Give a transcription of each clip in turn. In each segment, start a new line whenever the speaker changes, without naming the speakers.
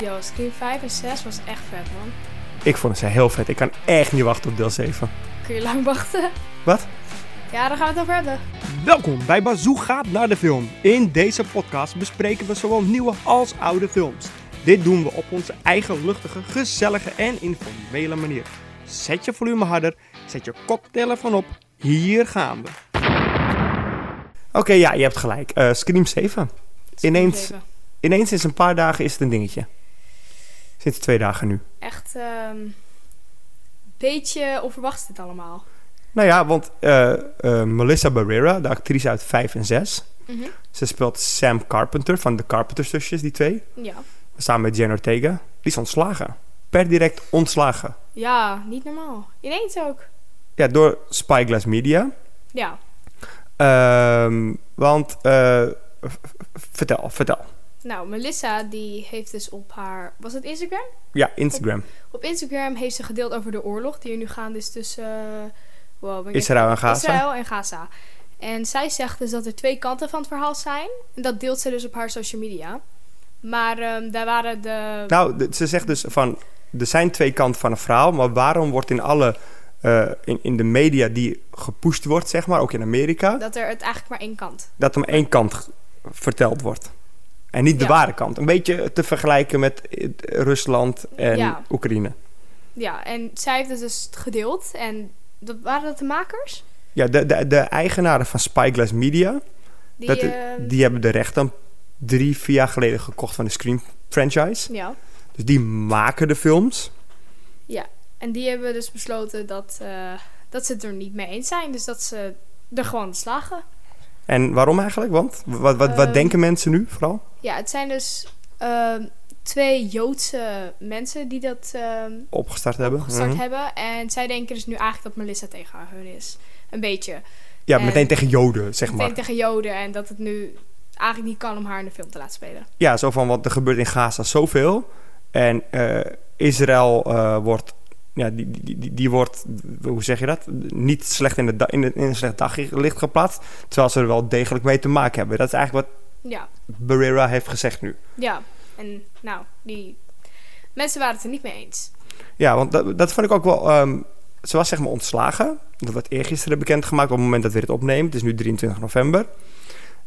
Yo, Scream 5 en 6 was echt vet, man.
Ik vond het heel vet. Ik kan echt niet wachten op deel 7.
Kun je lang wachten?
Wat?
Ja, daar gaan we het over hebben.
Welkom bij Bazoo gaat naar de film. In deze podcast bespreken we zowel nieuwe als oude films. Dit doen we op onze eigen luchtige, gezellige en informele manier. Zet je volume harder, zet je koptelefoon op. Hier gaan we. Oké, ja, je hebt gelijk. Eh Scream 7. Ineens-
Even.
Ineens sinds een paar dagen is het een dingetje. Sinds twee dagen nu.
Echt ehm, een beetje onverwacht dit allemaal.
Nou ja, want eh, eh, Melissa Barrera, de actrice uit 5 en 6,
Mhm.
ze speelt Sam Carpenter van de Carpenter-zusjes, die twee.
Ja.
Samen met Jane Ortega. Die is ontslagen. Per direct ontslagen.
Ja, niet normaal. Ineens ook.
Ja, door Spyglass Media.
Ja.
Ehm, want, eh, v- v- vertel, vertel.
Nou, Melissa die heeft dus op haar... Was het Instagram?
Ja, Instagram.
Op Instagram heeft ze gedeeld over de oorlog die er nu gaande is tussen... eh, wow, ben ik
Israël en nou Gaza.
Israël en Gaza. En zij zegt dus dat er twee kanten van het verhaal zijn. En dat deelt ze dus op haar social media. Maar ehm, daar waren de...
Nou, de- ze zegt dus van, er zijn twee kanten van een verhaal, maar waarom wordt in alle, eh, in, in de media die gepusht wordt, zeg maar, ook in Amerika,
dat er het eigenlijk maar één kant.
dat om één kant g- verteld wordt. En niet de
Ja.
ware kant. Een beetje te vergelijken met eh, Rusland en
Ja.
Oekraïne.
Ja, en zij heeft het dus gedeeld. En dat, waren dat de makers?
Ja, de, de, de eigenaren van Spyglass Media,
Die,
dat,
ehm,
die hebben de rechten drie, vier jaar geleden gekocht van de Scream franchise.
Ja.
Dus die maken de films.
En die hebben dus besloten dat, eh, dat ze het er niet mee eens zijn. Dus dat ze er gewoon slagen.
En waarom eigenlijk? Want wat, wat, wat
Ehm,
denken mensen nu vooral?
Ja, het zijn dus ehm, twee Joodse mensen die dat ehm,
Opgestart hebben.
gestart
Mhm.
hebben. En zij denken dus nu eigenlijk dat Melissa tegen hun is. Een beetje.
Ja,
en-
meteen tegen Joden, zeg
Meteen
maar.
tegen Joden. En dat het nu eigenlijk niet kan om haar in de film te laten spelen.
Ja, zo van, want er gebeurt in Gaza zoveel. En eh, Israël eh, wordt, ja, die, die, die, die wordt, hoe zeg je dat? Niet slecht in, de da- in, het- in een slecht daglicht geplaatst. Terwijl ze er wel degelijk mee te maken hebben. Dat is eigenlijk wat
Ja,
Barrera heeft gezegd nu.
ja. En nou, die mensen waren het er niet mee eens.
Ja, want dat, dat vond ik ook wel... ehm, ze was zeg maar ontslagen. Dat werd eergisteren bekendgemaakt op het moment dat we dit opnemen. Het is nu 23 november.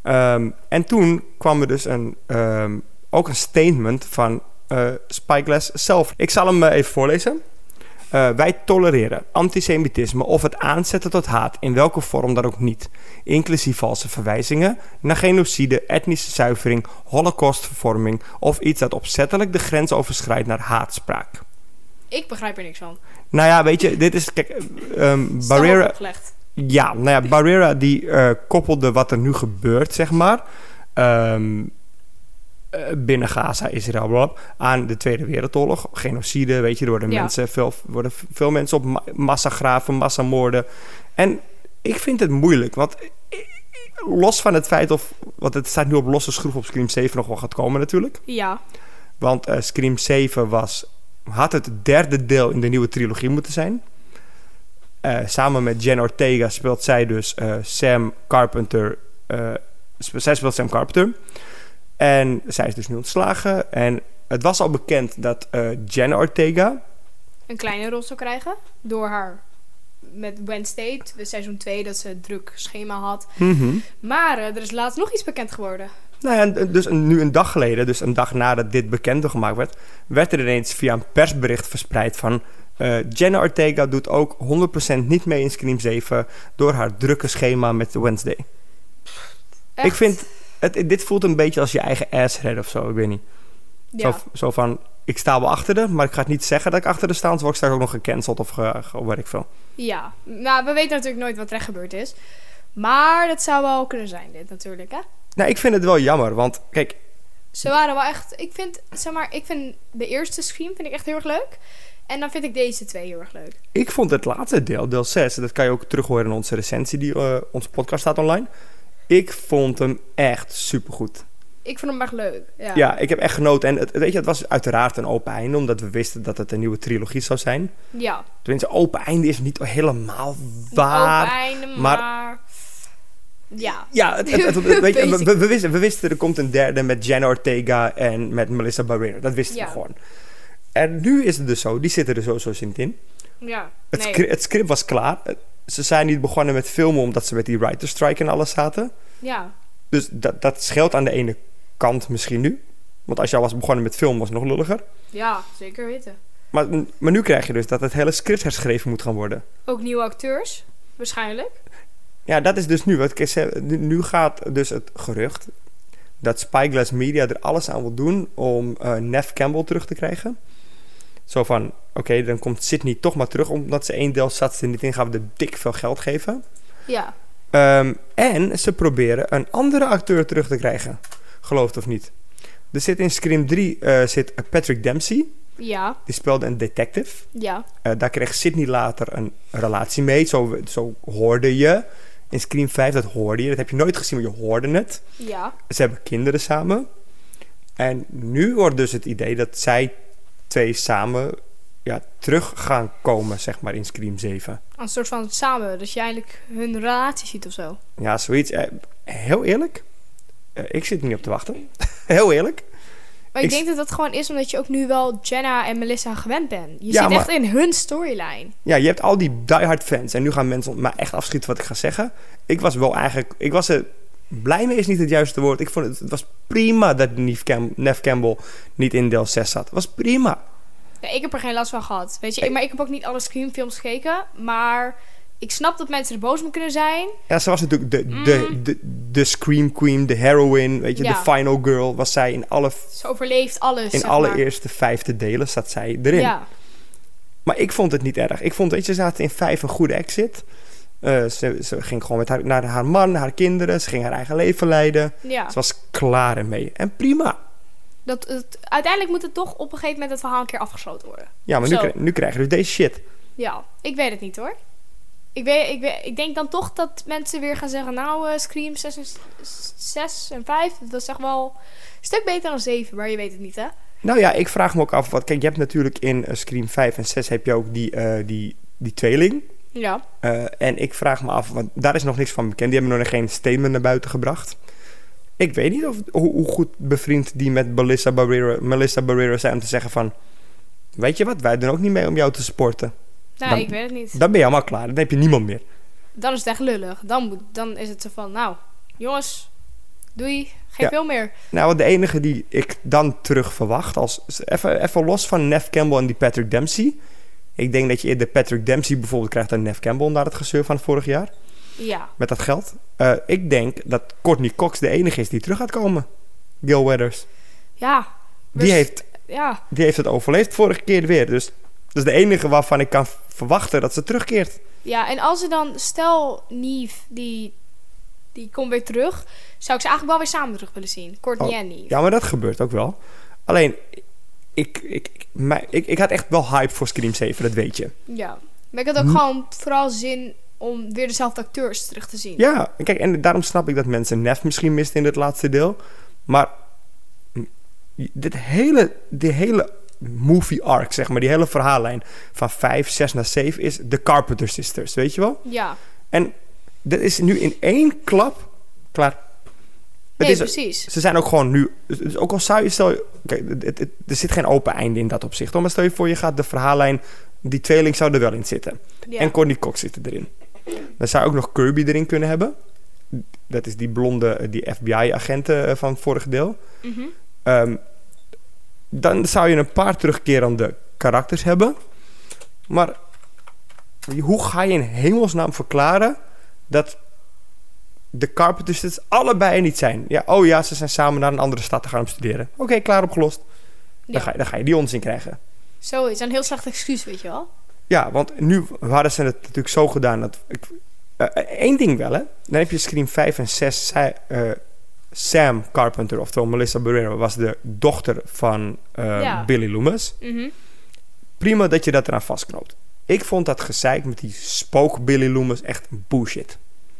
Ehm, en toen kwam er dus een, ehm, ook een statement van eh Spyglass zelf. Ik zal hem eh, even voorlezen. Eh, wij tolereren antisemitisme of het aanzetten tot haat, in welke vorm dan ook niet. Inclusief valse verwijzingen naar genocide, etnische zuivering, holocaustvervorming of iets dat opzettelijk de grens overschrijdt naar haatspraak.
Ik begrijp er niks van. nou
Nou ja, weet je, dit is. Kijk, eh, ehm, Barrera.
Opgelegd.
Ja, nou ja, Barrera die eh, koppelde wat er nu gebeurt, zeg maar. ehm, eh, binnen Gaza, Israël, bla, bla, aan de Tweede Wereldoorlog. Genocide, weet je, door de
Ja.
mensen. Veel, worden veel mensen op ma- massagraven, massamoorden. En ik vind het moeilijk, want i- i- los van het feit of. Want het staat nu op losse schroef op Scream 7 nog wel gaat komen, natuurlijk.
Ja,
Want eh, Scream 7 was, had het derde deel in de nieuwe trilogie moeten zijn. Eh, samen met Jen Ortega speelt zij dus eh, Sam Carpenter. eh, spe- zij speelt Sam Carpenter. En zij is dus nu ontslagen. En het was al bekend dat eh, Jen Ortega...
een kleine rol zou krijgen. Door haar met Wednesday, t- seizoen 2, dat ze een druk schema had. Maar eh, er is laatst nog iets bekend geworden.
Nou ja, en dus een- nu een dag geleden, dus een dag nadat dit bekend gemaakt werd... werd er ineens via een persbericht verspreid van... eh Jenna Ortega doet ook 100% niet mee in Scream 7... door haar drukke schema met Wednesday.
Echt?
Ik vind, het, dit voelt een beetje als je eigen asshead of zo, ik weet niet.
Ja,
Zo, zo van, ik sta wel achter de, maar ik ga het niet zeggen dat ik achter de sta... want word ik straks ook nog gecanceld of ge, ge- of weet ik veel.
ja. Nou, we weten natuurlijk nooit wat er echt gebeurd is. Maar dat zou wel kunnen zijn, dit natuurlijk, hè?
Nou, ik vind het wel jammer, want kijk,
Ze waren wel echt... Ik vind, zeg maar, ik vind de eerste Scream vind ik echt heel erg leuk. En dan vind ik deze twee heel erg leuk.
ik vond het laatste deel, deel 6... dat kan je ook terug horen in onze recensie, die, eh, onze podcast staat online... Ik vond hem echt supergoed.
Ik vond hem echt leuk, ja.
Ja, ik heb echt genoten. En het, weet je, het was uiteraard een open einde, omdat we wisten dat het een nieuwe trilogie zou zijn.
Ja.
Tenminste, open einde is niet helemaal
Een
waar.
open einde,
maar-
maar... Ja.
Ja, het, het- het- weet je, we,
Basic.
we- we wisten, we wisten er komt een derde met Jenna Ortega en met Melissa Barrera. Dat wisten
Ja.
we gewoon. En nu is het dus zo, die zitten er sowieso niet in.
Ja.
Het,
Nee.
scri- het script was klaar. Eh, Ze zijn niet begonnen met filmen omdat ze met die writer's strike en alles zaten.
Ja.
Dus dat, dat scheelt aan de ene kant misschien nu. Want als je al was begonnen met filmen was het nog lulliger.
Ja, zeker weten.
Maar, maar nu krijg je dus dat het hele script herschreven moet gaan worden.
Ook nieuwe acteurs, waarschijnlijk.
Ja, dat is dus nu. Wat ik zei, nu- nu gaat dus het gerucht dat Spyglass Media er alles aan wil doen om eh Nev Campbell terug te krijgen. Zo van, oké, dan komt Sydney toch maar terug... omdat ze één deel zat er niet in, gaan we er dik veel geld geven.
Ja.
Ehm, en ze proberen een andere acteur terug te krijgen. Geloof het of niet. Er zit in Scream 3 eh, zit Patrick Dempsey.
Ja.
Die speelde een detective.
Ja.
Eh, daar kreeg Sydney later een relatie mee. Zo, zo hoorde je. In Scream 5, dat hoorde je. Dat heb je nooit gezien, maar je hoorde het.
Ja.
Ze hebben kinderen samen. En nu wordt dus het idee dat zij twee samen ja, terug gaan komen, zeg maar, in Scream 7.
Een soort van samen, dat je eigenlijk hun relatie ziet of zo.
Ja, zoiets. Eh, heel eerlijk. eh, ik zit er niet op te wachten. heel eerlijk.
Maar ik,
Ik-
denk dat dat gewoon is omdat je ook nu wel Jenna en Melissa gewend bent. Je
Ja,
zit
maar-
echt in hun storyline.
Ja, je hebt al die diehard fans. En nu gaan mensen maar echt afschieten wat ik ga zeggen. Ik was wel eigenlijk... Ik was er... Blij mee is niet het juiste woord. Ik vond het, het was prima dat Neve, Cam- Neve Campbell niet in deel 6 zat. Het was prima.
Ja, ik heb er geen last van gehad. Weet je, ik- maar ik heb ook niet alle Scream-films gekeken. Maar ik snap dat mensen er boos om kunnen zijn.
Ja, ze was natuurlijk de, de, de, de Scream Queen, de heroine, weet je,
Mm. Ja.
de final girl. Was zij in alle,
Ze overleeft alles.
in
zeg
alle
maar.
eerste vijfde delen zat zij erin.
Ja.
Maar ik vond het niet erg. Ik vond, weet je, ze had in vijf een goede exit. Eh, ze, ze ging gewoon met haar, naar haar man, haar kinderen. Ze ging haar eigen leven leiden.
ja.
Ze was klaar ermee. En prima.
Dat, het- uiteindelijk moet het toch op een gegeven moment het verhaal een keer afgesloten worden.
Ja, maar nu,
Zo.
kri- nu krijg je dus deze shit.
Ja, ik weet het niet hoor. Ik, weet, ik, weet, ik denk dan toch dat mensen weer gaan zeggen... Nou, eh, Scream 6 en, 6 en 5, dat is echt wel een stuk beter dan 7. Maar je weet het niet, hè?
Nou ja, ik vraag me ook af. Wat, kijk, je hebt natuurlijk in eh, Scream 5 en 6 heb je ook die, eh, die, die tweeling.
Ja.
Eh, en ik vraag me af, want daar is nog niks van bekend. Die hebben nog geen statement naar buiten gebracht. Ik weet niet of, hoe, hoe goed bevriend die met Melissa Barrera, Melissa Barrera zijn om te zeggen van... Weet je wat, wij doen ook niet mee om jou te sporten.
Nou,
Dan-
ik weet het niet.
Dan ben je allemaal klaar. Dan heb je niemand meer.
Dan is het echt lullig. Dan, moet, dan is het zo van... Nou, jongens, doei. Geen
Ja.
veel meer.
Nou, de enige die ik dan terug verwacht, als, even, even los van Nev Campbell en die Patrick Dempsey. Ik denk dat je eerder Patrick Dempsey bijvoorbeeld krijgt dan Nev Campbell na het gezeur van vorig jaar.
Ja.
Met dat geld. Eh, ik denk dat Courtney Cox de enige is die terug gaat komen. Gil Weathers.
Ja.
Die
Dus-
heeft,
Ja.
die heeft het overleefd vorige keer weer. Dus dat is de enige waarvan ik kan verwachten dat ze terugkeert.
Ja, en als ze dan... Stel, Nief, die... Die komt weer terug. Zou ik ze eigenlijk wel weer samen terug willen zien. Courtney
Oh,
en Nief.
Ja, maar dat gebeurt ook wel. Alleen, ik, ik, ik, mij- ik, ik had echt wel hype voor Scream 7, dat weet je.
Ja. Maar ik had
Hm.
ook gewoon vooral zin om weer dezelfde acteurs terug te zien.
Ja, kijk, en daarom snap ik dat mensen Nef misschien misten in het laatste deel. Maar dit hele, die hele movie arc, zeg maar, die hele verhaallijn van 5, 6 naar 7 is The Carpenter Sisters, weet je wel?
Ja.
En dat is nu in één klap klaar. Het
Nee, dus
is-
precies.
Ze zijn ook gewoon nu. Dus ook al zou je stel. Kijk, het- het- het- er zit geen open einde in dat opzicht. hoor. Maar stel je voor, je gaat de verhaallijn. Die tweeling zou er wel in zitten.
Ja.
En Courtney Cox zit erin. Dan zou je ook nog Kirby erin kunnen hebben. Dat is die blonde, eh, die FBI-agenten eh, van het vorige deel.
Mhm.
Ehm, dan zou je een paar terugkerende karakters hebben. Maar hoe ga je in hemelsnaam verklaren dat de Carpenters het allebei er niet zijn? Ja, oh ja, ze zijn samen naar een andere stad te gaan studeren. Oké, klaar opgelost. Dan,
Ja.
ga je, dan ga je die onzin krijgen.
Zo is een heel slecht excuus, weet je wel.
Ja, want nu hadden ze het natuurlijk zo gedaan dat... Ik, Eén ding wel, hè. Dan heb je Scream 5 en 6. Zij, eh, Sam Carpenter, oftewel Melissa Barrera, was de dochter van eh,
Ja.
Billy Loomis.
Mhm.
Prima dat je dat eraan vastknoopt. Ik vond dat gezeik met die spook Billy Loomis echt bullshit.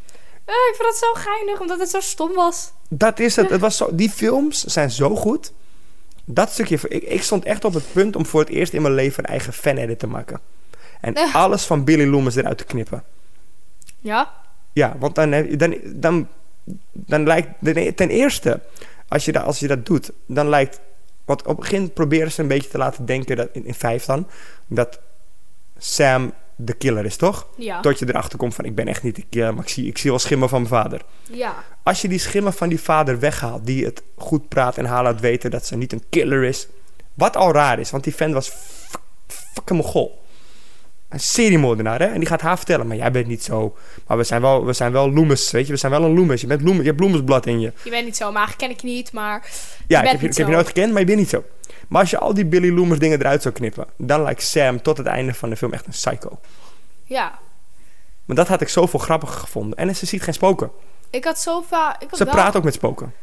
Eh, ik vond dat zo geinig, omdat het zo stom was.
Dat is het. het was zo, die films zijn zo goed. Dat stukje... Ik, ik stond echt op het punt om voor het eerst in mijn leven een eigen fan-edit te maken. En
Eh.
alles van Billy Loomis eruit te knippen.
Ja.
Ja, want dan, heb- dan, dan dan lijkt ten eerste, als je, dat, als je dat doet, dan lijkt. Want op het begin proberen ze een beetje te laten denken, dat, in, in vijf dan, dat Sam de killer is, toch?
Ja.
Tot je erachter komt van ik ben echt niet de killer, maar ik zie, ik zie wel schimmen van mijn vader.
Ja.
Als je die schimmen van die vader weghaalt, die het goed praat en haar laat weten dat ze niet een killer is. Wat al raar is, want die fan was f- fucking mogol. Een seriemoordenaar, hè? En die gaat haar vertellen, maar jij bent niet zo. Maar we zijn wel, we zijn wel Loomis, weet je? We zijn wel een Loomis. Je, bent Loomis, je hebt Loomisblad in je.
Je bent niet zo maag, ken ik je niet, maar...
Ja, ik
bent
heb,
niet
je, ik heb je
zo.
nooit gekend, maar je bent niet zo. Maar als je al die Billy Loomis dingen eruit zou knippen, dan lijkt Sam tot het einde van de film echt een psycho.
Ja.
Maar dat had ik zoveel grappiger gevonden. En ze ziet geen spoken.
Ik had zo vaak... ik had
Ze
wel-
praat ook met spoken.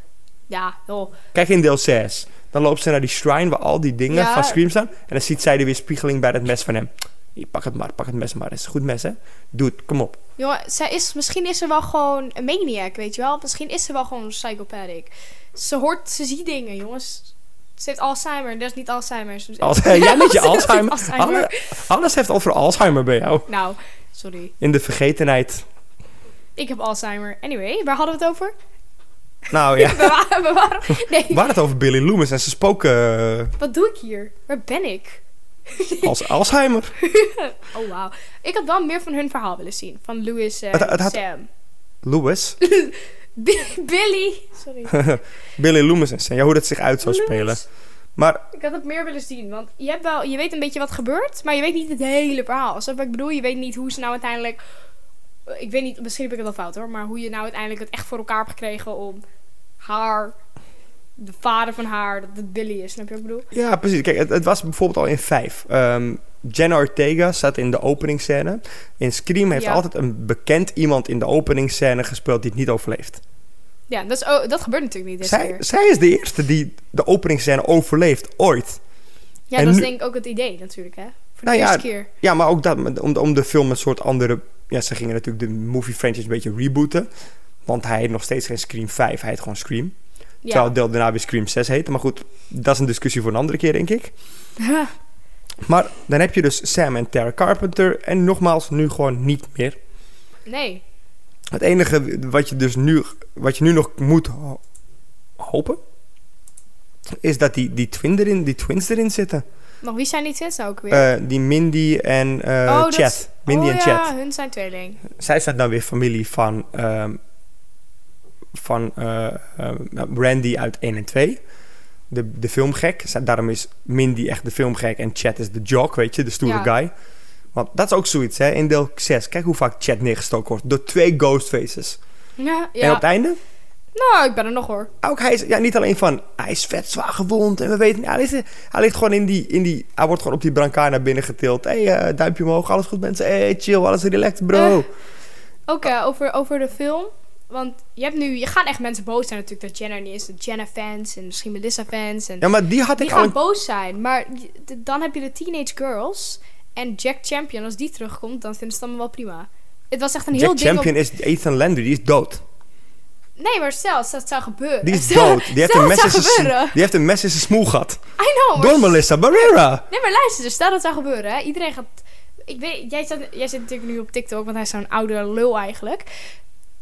Ja, joh.
Kijk in deel 6. Dan loopt ze naar die shrine waar al die dingen
Ja.
van Scream staan. En dan ziet zij de weerspiegeling bij het mes van hem. Hier, pak het maar, pak het mes maar. Het is een goed mes, hè? Dude, kom op.
Jongen, zij is, misschien is ze wel gewoon een maniac, weet je wel? Misschien is ze wel gewoon psychopathic. Ze hoort, ze ziet dingen, jongens. Ze heeft Alzheimer, dat is niet Alzheimer. Ze-
Als, Oh, jij met je
Ze heeft
Alzheimer.
Alzheimer.
Alle- alles heeft over Alzheimer bij jou.
Nou, sorry.
In de vergetenheid.
Ik heb Alzheimer. Anyway, waar hadden we het over?
Nou ja.
We waren, we waren- nee,
Waar het over Billy Loomis en zijn spoken eh,
wat doe ik hier? Waar ben ik?
als Alzheimer.
Oh, wauw. Ik had wel meer van hun verhaal willen zien. Van Louis en
Het- het had-
Sam.
Loomis.
Bi- Billy. Sorry.
Billy Loomis en Sam. Ja, hoe dat zich uit zou spelen.
Louis.
Maar
Ik had het meer willen zien. Want je, hebt wel, je weet een beetje wat gebeurt, maar je weet niet het hele verhaal. Alsof ik bedoel, je weet niet hoe ze nou uiteindelijk. Ik weet niet, misschien heb ik het al fout hoor, maar hoe je nou uiteindelijk het echt voor elkaar hebt gekregen om haar, de vader van haar, dat het Billy is. Snap je wat ik bedoel?
Ja, precies. Kijk, het, het was bijvoorbeeld al in vijf. Ehm, Jenna Ortega zat in de openingsscène. In Scream heeft
Ja.
altijd een bekend iemand in de openingsscène gespeeld die het niet overleeft.
Ja, dat, is, oh, dat gebeurt natuurlijk niet. Deze
Zij,
keer.
zij is de eerste die de openingsscène overleeft, ooit.
Ja,
en
dat is
nu-
denk ik ook het idee natuurlijk, hè? Voor de
Nou ja,
eerste keer.
Ja, maar ook dat, met- om, om de film een soort andere... Ja, ze gingen natuurlijk de movie franchise een beetje rebooten. Want hij heet nog steeds geen Scream 5, hij heet gewoon Scream.
Ja.
Terwijl deel daarna weer Scream 6 heette. Maar goed, dat is een discussie voor een andere keer, denk ik. Maar dan heb je dus Sam en Tara Carpenter. En nogmaals, nu gewoon niet meer.
Nee.
Het enige wat je dus nu, wat je nu nog moet ho- hopen, is dat die, die, twin erin, die twins erin zitten.
Maar wie zijn die twins nou ook weer?
Eh, die Mindy en eh
Oh, dat
Chad.
is-
Mindy
oh
en
ja,
Chad.
hun zijn tweeling.
Zij zijn dan weer familie van, ehm, van eh, eh, Randy uit 1 en 2. De, de filmgek. Zij- Daarom is Mindy echt de filmgek en Chad is de jock, weet je, de stoere
Ja.
guy. Want dat is ook zoiets, hè. In deel 6, kijk hoe vaak Chad neergestoken wordt. Door twee ghostfaces.
Ja,
En op
ja.
het einde,
Nou, ik ben er nog hoor.
ook hij is ja, niet alleen van hij is vet zwaar gewond en we weten niet. Hij, ligt- hij ligt gewoon in die, in die. Hij wordt gewoon op die brancard naar binnen getild. Hé, hey, eh, duimpje omhoog, alles goed mensen. Hé, hey, chill, alles relaxed,
Eh,
bro.
Ook eh, over, over de film. Want je hebt nu, je gaan echt mensen boos zijn natuurlijk dat Jenna er niet is. De Jenna-fans en misschien Melissa-fans. En
ja, maar die had
die
ik al.
gaan
een-
boos zijn. Maar je- d- dan heb je de Teenage Girls en Jack Champion. Als die terugkomt, dan vinden ze het allemaal wel prima. Het was echt een heel
Jack
ding.
Champion is Ethan Lander, die is dood.
Om... Nee, maar zelfs dat zou gebeuren.
Die is
Stel-
dood. Die heeft,
stel
een
dat
mes in
zou
zijn,
gebeuren.
die heeft een mes in zijn smoel gehad.
I know. maar-
Door Melissa Barrera.
Nee, maar luister, dus stel dat zou gebeuren. Hè. Iedereen gaat. Ik weet, jij, zat, jij zit natuurlijk nu op TikTok, want hij is zo'n oude lul eigenlijk.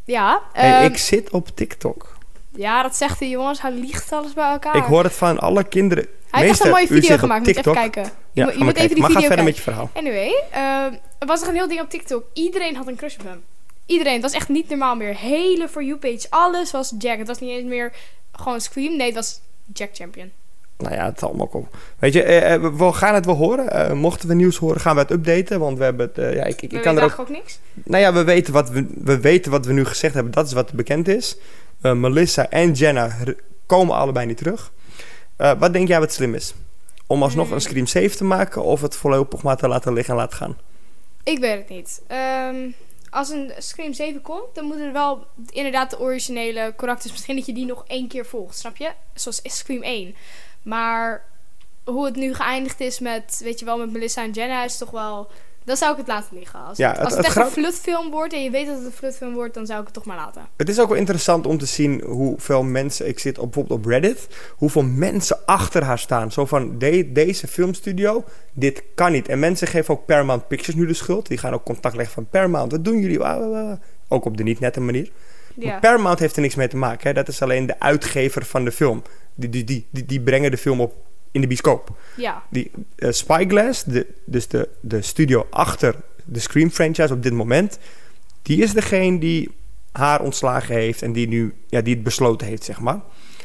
Ja,
Hey,
ehm,
ik zit op TikTok.
ja, dat zegt hij, jongens. Hij liegt alles bij elkaar.
Ik hoor het van alle kinderen.
Ah. Hij heeft echt een
Meester,
mooie
u
video
zit op
gemaakt. Moet je even
TikTok.
kijken.
Ja,
je
ga
moet
maar
even
kijken.
die
Maar ga
video
verder met
kijken.
je verhaal.
Anyway, ehm, er was echt een heel ding op TikTok. Iedereen had een crush op hem. Iedereen. Het was echt niet normaal meer. Hele For You page. Alles was Jack. Het was niet eens meer gewoon Scream. Nee, het was Jack Champion.
Nou ja, het zal allemaal komen. Weet je, eh, eh, we- we gaan het wel horen. Eh, mochten we nieuws horen, gaan we het updaten. Want we hebben het. eh, ja, ik, ik,
We
ik
weten
kan er ook.
eigenlijk ook niks.
Nou ja, we weten, wat we, we weten wat we nu gezegd hebben. Dat is wat bekend is. Eh, Melissa en Jenna r- komen allebei niet terug. Eh, wat denk jij wat slim is? Om alsnog
Hmm.
een Scream 7 te maken of het voorlopig maar te laten liggen en laten gaan?
Ik weet het niet. Ehm, als een Scream 7 komt, dan moeten er wel inderdaad de originele karakters. Misschien dat je die nog één keer volgt, snap je? Zoals Scream 1. Maar hoe het nu geëindigd is met, weet je wel, met Melissa en Jenna is toch wel. Dan zou ik het laten liggen. Als
Ja,
het,
het-
als het,
het
echt
grap-
een flutfilm wordt en je weet dat het een flutfilm wordt, dan zou ik het toch maar laten.
Het is ook wel interessant om te zien hoeveel mensen. Ik zit op, bijvoorbeeld op Reddit. Hoeveel mensen achter haar staan. Zo van de- deze filmstudio. Dit kan niet. En mensen geven ook Paramount Pictures nu de schuld. Die gaan ook contact leggen van Paramount. Wat doen jullie? Wa- wa- wa- wa. Ook op de niet nette manier.
Ja.
Maar Paramount heeft er niks mee te maken. Hè? Dat is alleen de uitgever van de film. Die, die, die, die, die brengen de film op in de bioscoop.
ja.
Die, eh, Spyglass, de, dus de, de studio achter de Scream franchise op dit moment, die is degene die haar ontslagen heeft en die nu ja, die het besloten heeft, zeg maar.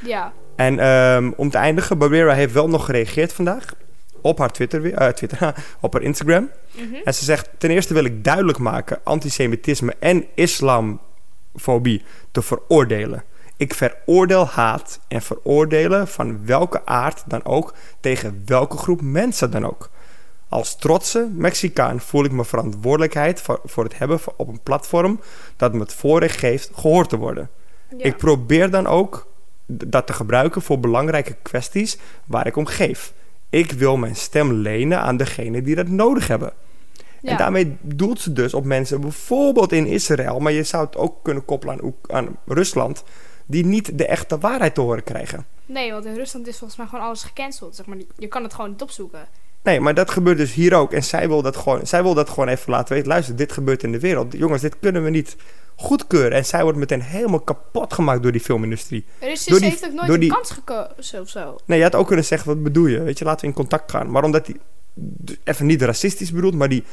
Ja.
En ehm, om te eindigen, Barbera heeft wel nog gereageerd vandaag op haar Twitter, weer- eh, Twitter op haar Instagram.
Mhm.
En ze zegt: Ten eerste wil ik duidelijk maken antisemitisme en islamfobie te veroordelen. Ik veroordeel haat en veroordelen van welke aard dan ook tegen welke groep mensen dan ook. Als trotse Mexicaan voel ik mijn verantwoordelijkheid voor, voor het hebben van- op een platform dat me het voorrecht geeft gehoord te worden.
Ja.
Ik probeer dan ook d- dat te gebruiken voor belangrijke kwesties waar ik om geef. Ik wil mijn stem lenen aan degenen die dat nodig hebben. En
ja.
daarmee doelt ze dus op mensen, bijvoorbeeld in Israël, maar je zou het ook kunnen koppelen aan, Oek- aan Rusland, die niet de echte waarheid te horen krijgen.
Nee, want in Rusland is volgens mij gewoon alles gecanceld. Zeg maar, je kan het gewoon niet opzoeken.
Nee, maar dat gebeurt dus hier ook. En zij wil dat gewoon, zij wil dat gewoon even laten weten. Luister, dit gebeurt in de wereld. Jongens, dit kunnen we niet goedkeuren. En zij wordt meteen helemaal kapot gemaakt door die filmindustrie.
Rusland
Door die-
heeft ook nooit
door
een
die-
kans gekozen of zo.
Nee, je had ook kunnen zeggen, wat bedoel je? Weet je, laten we in contact gaan. Maar omdat die, d- even niet racistisch bedoeld, maar die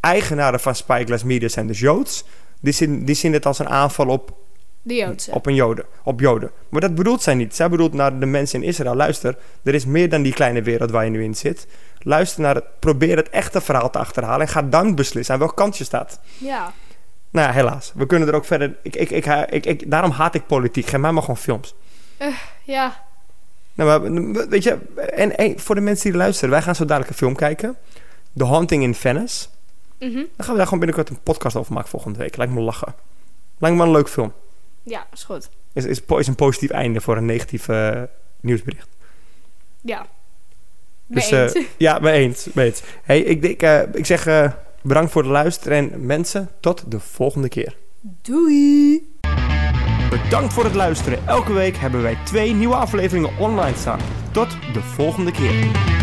eigenaren van Spyglass Media zijn dus Joods. Die zien, die zien het als een aanval op
De Joodse.
Op een Joden. Op Joden. Maar dat bedoelt zij niet. Zij bedoelt naar de mensen in Israël. Luister, er is meer dan die kleine wereld waar je nu in zit. Luister naar het, probeer het echte verhaal te achterhalen. En ga dan beslissen aan welk kant je staat.
Ja.
Nou ja, helaas. We kunnen er ook verder... Ik, ik, ik, ik, ik- daarom haat ik politiek. Geef mij maar gewoon films.
Ja.
Nou, maar, weet je... En hey, voor de mensen die luisteren. Wij gaan zo dadelijk een film kijken. The Haunting in Venice.
Mhm.
Dan gaan we daar gewoon binnenkort een podcast over maken volgende week. Lijkt me lachen. Lijkt me een leuk film.
Ja, is goed.
Is, is, po- is een positief einde voor een negatief eh, nieuwsbericht.
Ja.
Dus,
Mee eens.
Ja, mee eens. Mee eens. Hey, ik, denk, eh, ik zeg eh, bedankt voor het luisteren en mensen, tot de volgende keer.
Doei!
Bedankt voor het luisteren. Elke week hebben wij twee nieuwe afleveringen online staan. Tot de volgende keer.